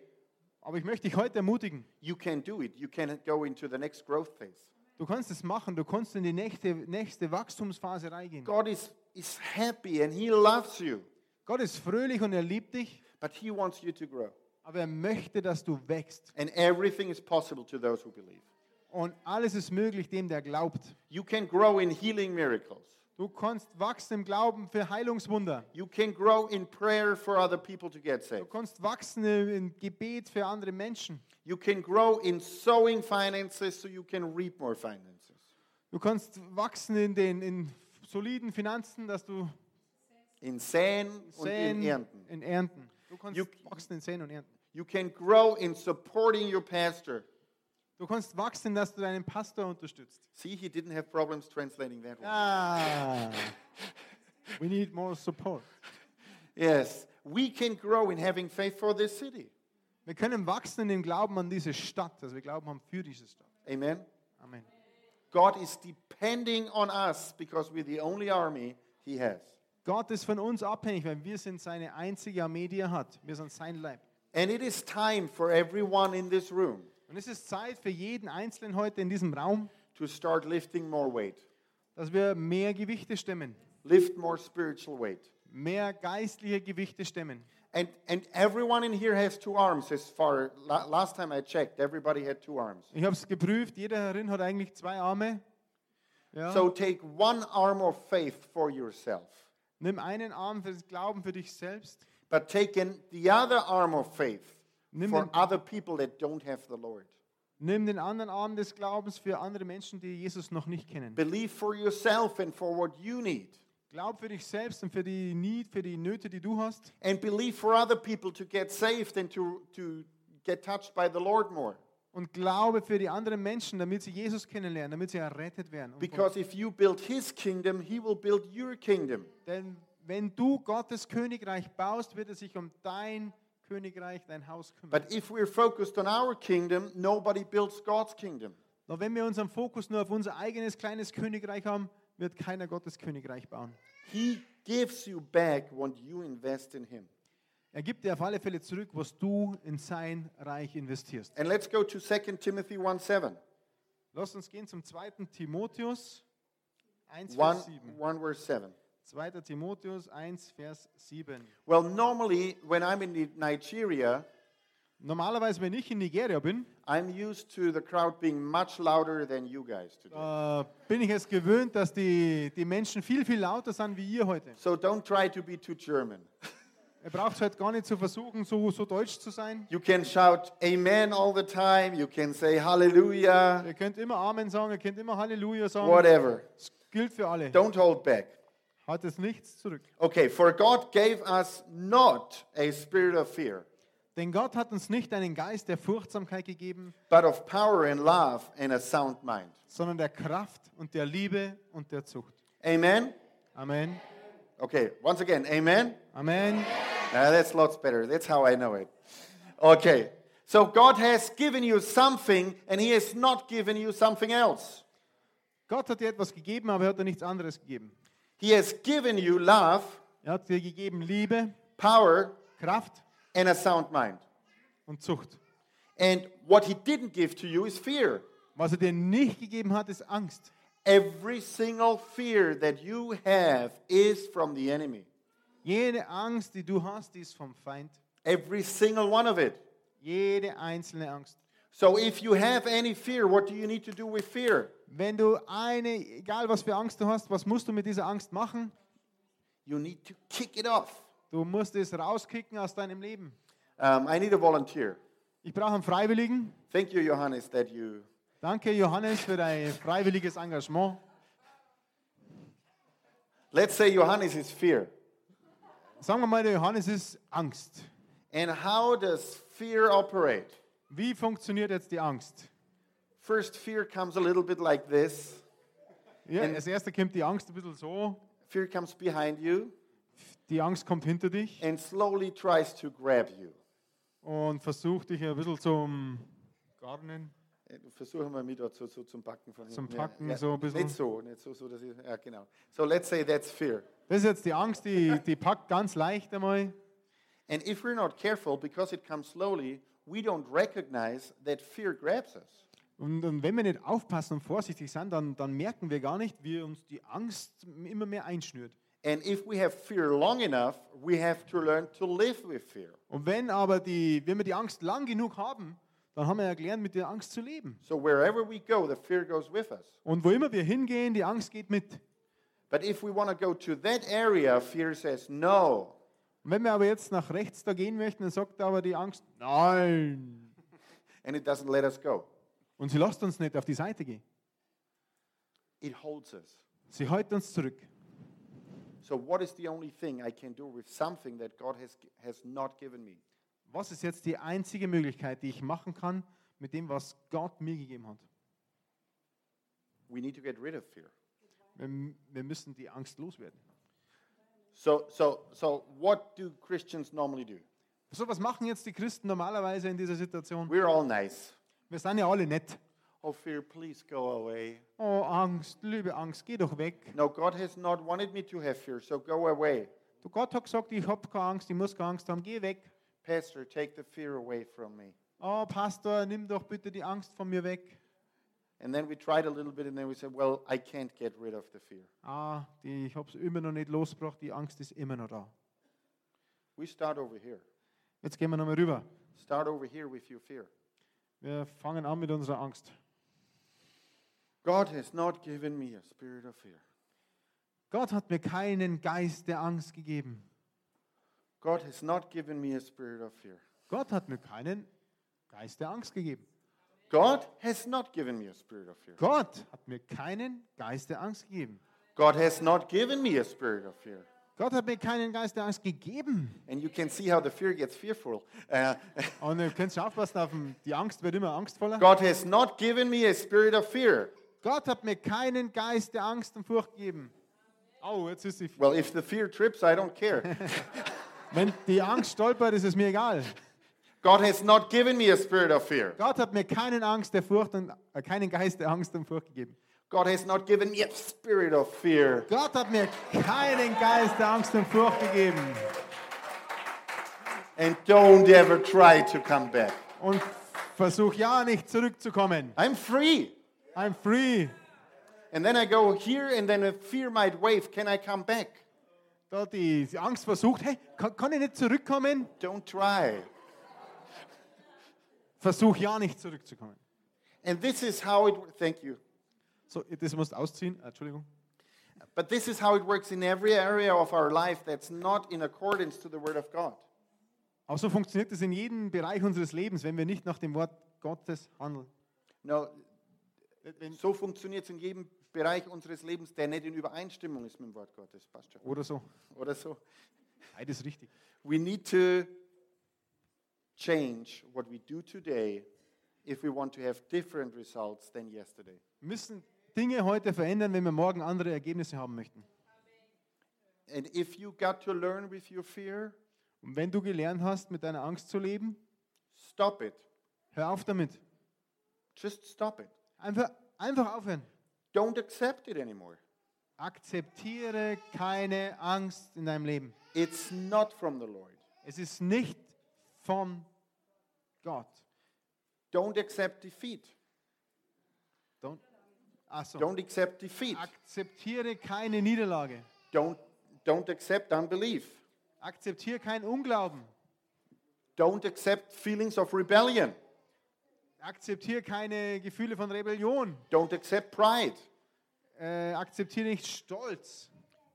Aber ich möchte dich heute ermutigen. you can do it. You can go into the next growth phase. Du kannst es machen, du kannst in die nächste, nächste Wachstumsphase reingehen. God is, is happy and He loves you, Gott ist fröhlich und er liebt dich, but He wants you to grow. aber er möchte, dass du wächst. And everything is possible to those who believe. Und alles ist möglich dem, der glaubt. You can grow in healing miracles. Du kannst wachsen im Glauben für Heilungswunder. You can grow in prayer for other people to get Du saved. kannst wachsen im Gebet für andere Menschen. You can grow in sowing finances so you can reap more finances. Du kannst wachsen in den in soliden Finanzen, dass du In säen und in säen ernten. in Ernten. Du kannst You- wachsen in säen und ernten. You can grow in supporting your pastor. Du kannst wachsen, dass du deinen Pastor unterstützt. See, he didn't have problems translating that one. Ah. We need more support. Yes, we can grow in having faith for this city. Wir können wachsen in dem Glauben an diese Stadt, dass wir Glauben haben für diese Stadt. Amen. Amen. God is depending on us because we're the only army he has. Gott ist von uns abhängig, weil wir sind seine einzige Armee, die er hat. Wir sind sein Leib. And it is time for everyone in this room Und es ist Zeit für jeden Einzelnen heute in diesem Raum, to start lifting more weight, dass wir mehr Gewichte stemmen, lift more spiritual weight. mehr geistliche Gewichte stemmen. And, and everyone in here has two arms as far la, last time I checked everybody had two arms. Ich habe es geprüft, jeder herin hat eigentlich zwei Arme. Ja. So take one arm of faith for yourself, Nimm einen Arm für das Glauben für dich selbst. but take in the other arm of faith Nimm for den- other people that don't have the Lord. Nimm den anderen Arm des Glaubens für andere Menschen, die Jesus noch nicht kennen. Believe for yourself and for what you need, Glaub für dich selbst und für die Need, für die Nöte, die du hast. and believe for other people to get saved and to, to get touched by the Lord more. Und glaube für die anderen Menschen, damit sie Jesus kennenlernen, damit sie errettet werden. Und von- Because if you build His kingdom, He will build your kingdom. Denn wenn du Gottes Königreich baust, wird er sich um dein Königreich, dein Haus kümmern. But if we're focused on our kingdom, nobody builds God's kingdom. Doch wenn wir unseren Fokus nur auf unser eigenes kleines Königreich haben, wird keiner Gottes Königreich bauen. He gives you back what you invest in Him. Er gibt dir auf alle Fälle zurück, was du in sein Reich investierst. And let's go to 2 Timothy 1 7. Lass uns gehen zum 2. Timotheus 1, 1, Vers 7. 1 verse 7. 2. Timotheus 1, Vers 7. Well, normally when I'm in Ni- Nigeria, Normalerweise, wenn ich in Nigeria bin, I'm used to the crowd being much louder than you guys today. äh, bin ich es gewöhnt, dass die, die Menschen viel, viel lauter sind wie ihr heute. so don't try to be too German. Ihr braucht halt gar nicht zu versuchen, so, so deutsch zu sein. You can shout Amen all the time. You can say Hallelujah, Ihr könnt immer Amen sagen, ihr könnt immer Halleluja sagen. whatever. Es gilt für alle. Don't hold back. Hat es nichts zurück. Okay, for God gave us not a spirit of fear, Denn Gott hat uns nicht einen Geist der Furchtsamkeit gegeben, but of power and love and a sound mind. sondern der Kraft und der Liebe und der Zucht. Amen? Amen. Okay, once again, amen? Amen. Now that's lots better. That's how I know it. Okay, so God has given you something and He has not given you something else. Gott hat dir etwas gegeben, aber er hat dir nichts anderes gegeben. He has given you love, Er hat dir gegeben Liebe, power, Kraft and a sound mind. und Zucht. And what He didn't give to you is fear. Was er dir nicht gegeben hat, ist Angst. Every single fear that you have is from the enemy, Jede Angst, die du hast, die ist vom Feind. every single one of it. Jede einzelne Angst. So if you have any fear, what do you need to do with fear? Wenn du eine, egal was für Angst du hast, was musst du mit dieser Angst machen? You need to kick it off. Du musst es rauskicken aus deinem Leben. Um, I need a volunteer. Ich brauche einen Freiwilligen. Thank you, Johannes, that you. Danke, Johannes, für dein freiwilliges Engagement. Let's say Johannes is fear. Sagen wir mal, der Johannes ist Angst. And how does fear operate? Wie funktioniert jetzt die Angst? First, fear comes a little bit like this. Ja, als erster kommt die Angst ein bisschen so. Fear comes behind you Die Angst kommt hinter dich and slowly tries to grab you. und versucht dich ein bisschen zum Garnen. Versuchen wir mit dort so, so zum Backen von Zum hinten. Packen so ein bisschen. Nicht so, nicht so, so dass ich, ja genau. So let's say that's fear. Das ist jetzt die Angst, die, die packt ganz leicht einmal. And if we're not careful, because it comes slowly, we don't recognize that fear grabs us. Und, und wenn wir nicht aufpassen und vorsichtig sind, dann, dann merken wir gar nicht, wie uns die Angst immer mehr einschnürt. And if we have fear long enough, we have to learn to live with fear. Und wenn aber die, wenn wir die Angst lang genug haben, dann haben wir ja gelernt, mit der Angst zu leben. So wherever we go, the fear goes with us. Und wo immer wir hingehen, die Angst geht mit. But if we want to go to that area, fear says no. Und wenn wir aber jetzt nach rechts da gehen möchten, dann sagt aber die Angst, nein. And it doesn't let us go. Und sie lässt uns nicht auf die Seite gehen. It holds us. Sie hält uns zurück. So what is the only thing I can do with something that God has, has not given me? Was ist jetzt die einzige Möglichkeit, die ich machen kann mit dem, was Gott mir gegeben hat? We need to get rid of fear. Wir, wir müssen die Angst loswerden. So, so, so what do Christians normally do? So, was machen jetzt die Christen normalerweise in dieser Situation? We're all nice. Wir sind ja alle nett. Oh, fear, please go away. Oh, Angst, liebe Angst, geh doch weg. No, God has not wanted me to have fear, so go away. Du Gott hat gesagt, ich habe keine Angst, ich muss keine Angst haben, geh weg. Pastor, take the fear away from me. Oh, Pastor, nimm doch bitte die Angst von mir weg. And then we tried a little bit and then we said, well, I can't get rid of the fear. Ah, die, ich habe es immer noch nicht losgebracht, die Angst ist immer noch da. We start over here. Jetzt gehen wir nochmal rüber. Start over here with your fear. Wir fangen an mit unserer Angst. God has not given me a spirit of fear. Gott hat mir keinen Geist der Angst gegeben. God has not given me a spirit of fear. Gott hat mir keinen Geist der Angst gegeben. God has not given me a spirit of fear. Gott hat mir keinen Geist der Angst gegeben. God has not given me a spirit of fear. Gott hat mir keinen Geist der Angst gegeben. And you can see how the fear gets fearful. Uh, Und ihr könnt schon aufpassen, auf den, die Angst wird immer angstvoller. God has not given me a spirit of fear. Gott hat mir keinen Geist der Angst und Furcht gegeben. Oh, jetzt ist sie. Well, if the fear trips, I don't care. Wenn die Angst stolpert, ist es mir egal. God has not given me a spirit of fear. Gott hat mir keinen Angst der Furcht und äh, keinen Geist der Angst und Furcht gegeben. God has not given me a spirit of fear. Gott hat mir keinen Geist der Angst und Furcht gegeben. And don't ever try to come back. Und versuch ja nicht zurückzukommen. I'm free. I'm free. And then I go here, and then a fear might wave. Can I come back? Da die die Angst versucht, hey, kann, kann ich nicht zurückkommen? Don't try. Versuch ja nicht zurückzukommen. And this is how it. Thank you. So, das musst du ausziehen. Äh, Entschuldigung. But this is how it works in every area of our life that's not in accordance to the Word of God. Aber so funktioniert es in jedem Bereich unseres Lebens, wenn wir nicht nach dem Wort Gottes handeln. No, so funktioniert es in jedem Bereich unseres Lebens, der nicht in Übereinstimmung ist mit dem Wort Gottes. Passt schon. Oder so. Oder so. Beides richtig. We need to change what we do today if we want to have different results than yesterday. Wir müssen Dinge heute verändern, wenn wir morgen andere Ergebnisse haben möchten. And if you got to learn with your fear, Und wenn du gelernt hast, mit deiner Angst zu leben, stop it. hör auf damit. Just stop it. Einfach, einfach aufhören. Don't accept it anymore. Akzeptiere keine Angst in deinem Leben. It's not from the Lord. Es ist nicht von Gott. Don't accept defeat. Don't, ach so. Don't accept defeat. Akzeptiere keine Niederlage. Don't, don't accept unbelief. Akzeptiere keinen Unglauben. Don't accept feelings of rebellion. Akzeptiere keine Gefühle von Rebellion. Don't accept pride. Äh, akzeptiere nicht Stolz.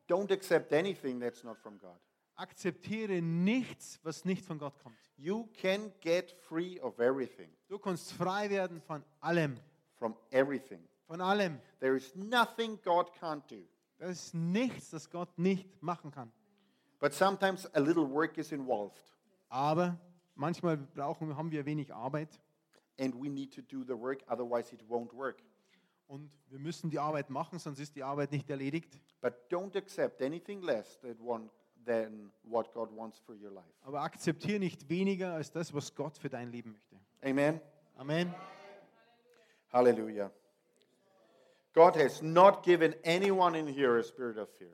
Don't accept anything that's not from God. Akzeptiere nichts, was nicht von Gott kommt. You can get free of everything, Du kannst frei werden von allem. from everything. Von allem. There is nothing God can't do. Das ist nichts, das Gott nicht machen kann. But sometimes a little work is involved, Aber manchmal brauchen, haben wir wenig Arbeit and we need to do the work, otherwise, it won't work. und wir müssen die Arbeit machen, sonst ist die Arbeit nicht erledigt. But don't accept anything less than, one, than what God wants for your life. Aber akzeptiere nicht weniger als das, was Gott für dein Leben möchte. Amen. Amen. Hallelujah. God has not given anyone in here a spirit of fear,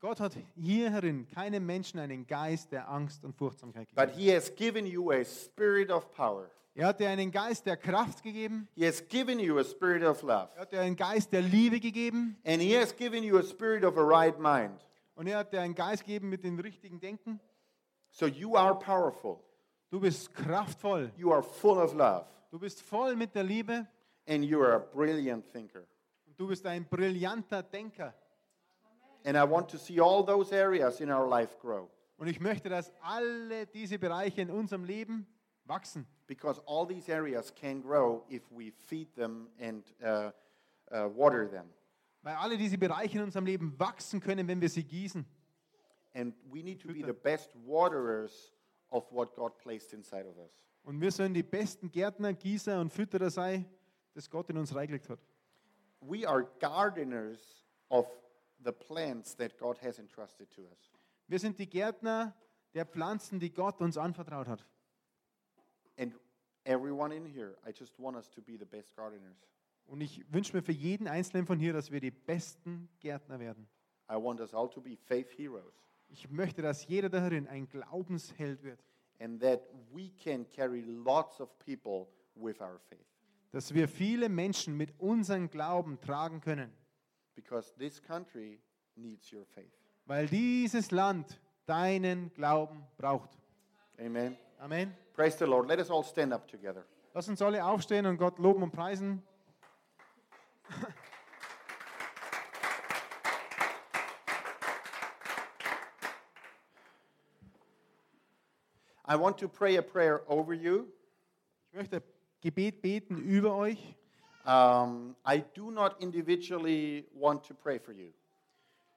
Gott hat hierin keinem Menschen einen Geist der Angst und Furchtsamkeit gegeben. but He has given you a spirit of power, Er hat dir einen Geist der Kraft gegeben. He has given you a spirit of love. Er hat dir einen Geist der Liebe gegeben. And He has given you a spirit of a right mind. Und er hat dir einen Geist gegeben mit dem richtigen Denken. So you are powerful. Du bist kraftvoll. You are full of love. Du bist voll mit der Liebe. And you are a brilliant thinker. Und du bist ein brillanter Denker. And I want to see all those areas in our life grow Und ich möchte, dass alle diese Bereiche in unserem Leben wachsen. because all these areas can grow if we feed them and uh, uh, water them. Weil alle diese Bereiche in unserem Leben wachsen können, wenn wir sie gießen. And we need to be the best waterers of what God placed inside of us. Und wir sollen die besten Gärtner, Gießer und Fütterer sein, das Gott in uns reingelegt hat. We are gardeners of the plants that God has entrusted to us. Wir sind die Gärtner der Pflanzen, die Gott uns anvertraut hat. And everyone in here, I just want us to be the best gardeners. Und ich wünsche mir für jeden Einzelnen von hier, dass wir die besten Gärtner werden. I want us all to be faith heroes Ich möchte, dass jeder darin ein Glaubensheld wird. and that we can carry lots of people with our faith Dass wir viele Menschen mit unserem Glauben tragen können. because this country needs your faith. Weil dieses Land deinen Glauben braucht. Amen. Amen. Praise the Lord. Let us all stand up together. Lass uns alle aufstehen und Gott loben und preisen. I want to pray a prayer over you. Ich möchte Gebet beten über euch. Um, I do not individually want to pray for you.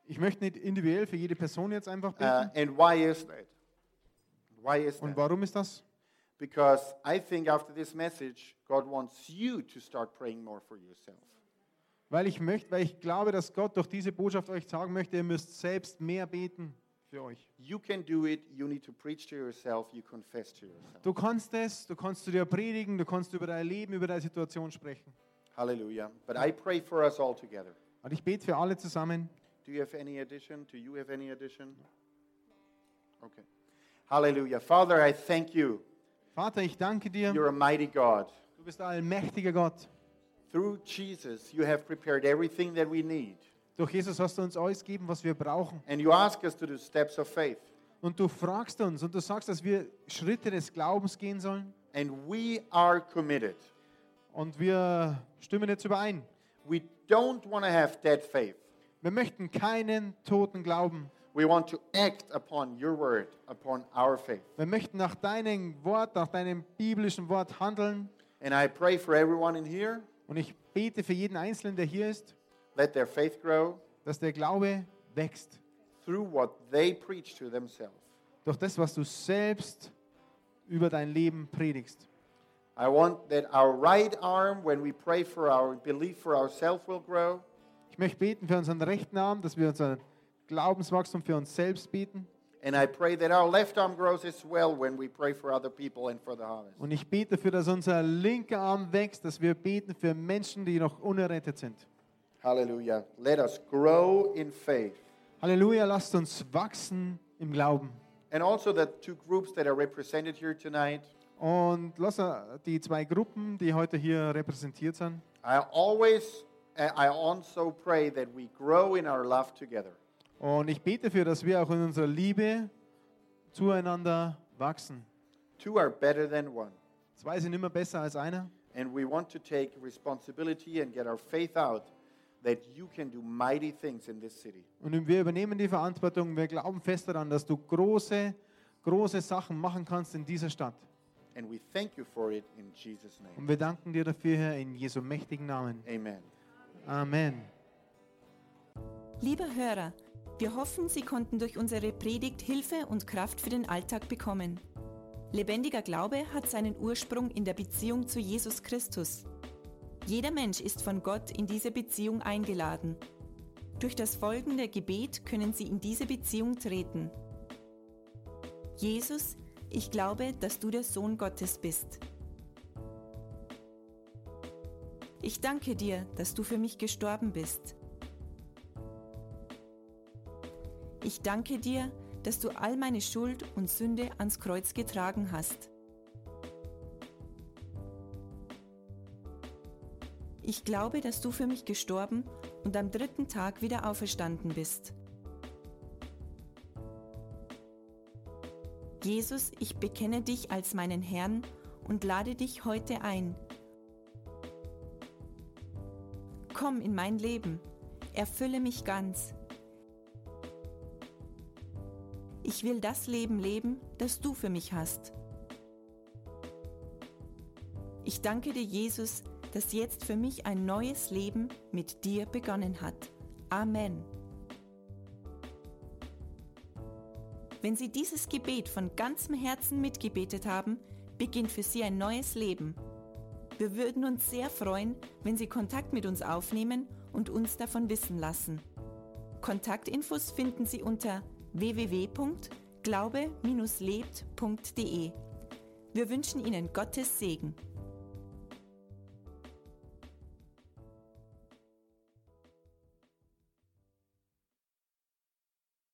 Ich möchte nicht individuell für jede Person jetzt einfach Uh, beten. and why is that? Why is Und that? warum ist das? Because I think after this message, God wants you to start praying more for yourself. Weil ich möchte, weil ich glaube, dass Gott durch diese Botschaft euch sagen möchte, ihr müsst selbst mehr beten für euch. You can do it. You need to preach to yourself. You confess to yourself. Du kannst es, du kannst zu dir predigen, du kannst über dein Leben, über deine Situation sprechen. Hallelujah. But I pray for us all together. Und ich bete für alle zusammen. Do you have any addition? Do you have any addition? Okay. Hallelujah. Father, I thank you. Vater, ich danke dir. You're a mighty God. Du bist ein allmächtiger Gott. Through Jesus, you have prepared everything that we need. Durch Jesus hast du uns alles gegeben, was wir brauchen. And you ask us to do steps of faith. Und du fragst uns und du sagst, dass wir Schritte des Glaubens gehen sollen. And we are committed. Und wir stimmen jetzt überein. We don't want to have dead faith. Wir möchten keinen toten Glauben. We want to act upon your word, upon our faith. Wir möchten nach deinem Wort, nach deinem biblischen Wort handeln. And I pray for everyone in here. Und ich bete für jeden Einzelnen, der hier ist, Let their faith grow dass der Glaube wächst. through what they preach to themselves. Durch das, was du selbst über dein Leben predigst. I want that our right arm, when we pray for our belief for ourselves, will grow, Ich möchte beten für unseren rechten Arm, dass wir unser Glaubenswachstum für uns selbst beten. and I pray that our left arm grows as well when we pray for other people and for the harvest. Und ich bete dafür, dass unser linker Arm wächst, dass wir beten für Menschen, die noch unerrettet sind. Hallelujah. Let us grow in faith. Halleluja, lasst uns wachsen im Glauben. And also the two groups that are represented here tonight. Und lass äh, die zwei Gruppen, die heute hier repräsentiert sind, I always, I I also pray that we grow in our love together. und ich bete dafür, dass wir auch in unserer Liebe zueinander wachsen. Two are better than one. Zwei sind immer besser als einer. And we want to take responsibility and get our faith out that you can do mighty things in this city. Und wir übernehmen die Verantwortung. Wir glauben fest daran, dass du große, große Sachen machen kannst in dieser Stadt. And we thank you for it in Jesus' name. Und wir danken dir dafür, Herr, in Jesu mächtigen Namen. Amen. Amen. Lieber Hörer, wir hoffen, Sie konnten durch unsere Predigt Hilfe und Kraft für den Alltag bekommen. Lebendiger Glaube hat seinen Ursprung in der Beziehung zu Jesus Christus. Jeder Mensch ist von Gott in diese Beziehung eingeladen. Durch das folgende Gebet können Sie in diese Beziehung treten. Jesus, ich glaube, dass du der Sohn Gottes bist. Ich danke dir, dass du für mich gestorben bist. Ich danke dir, dass du all meine Schuld und Sünde ans Kreuz getragen hast. Ich glaube, dass du für mich gestorben und am dritten Tag wieder auferstanden bist. Jesus, ich bekenne dich als meinen Herrn und lade dich heute ein. Komm in mein Leben, erfülle mich ganz. Ich will das Leben leben, das du für mich hast. Ich danke dir, Jesus, dass jetzt für mich ein neues Leben mit dir begonnen hat. Amen. Wenn Sie dieses Gebet von ganzem Herzen mitgebetet haben, beginnt für Sie ein neues Leben. Wir würden uns sehr freuen, wenn Sie Kontakt mit uns aufnehmen und uns davon wissen lassen. Kontaktinfos finden Sie unter www.glaube-lebt.de. Wir wünschen E. Ihnen Gottes Segen.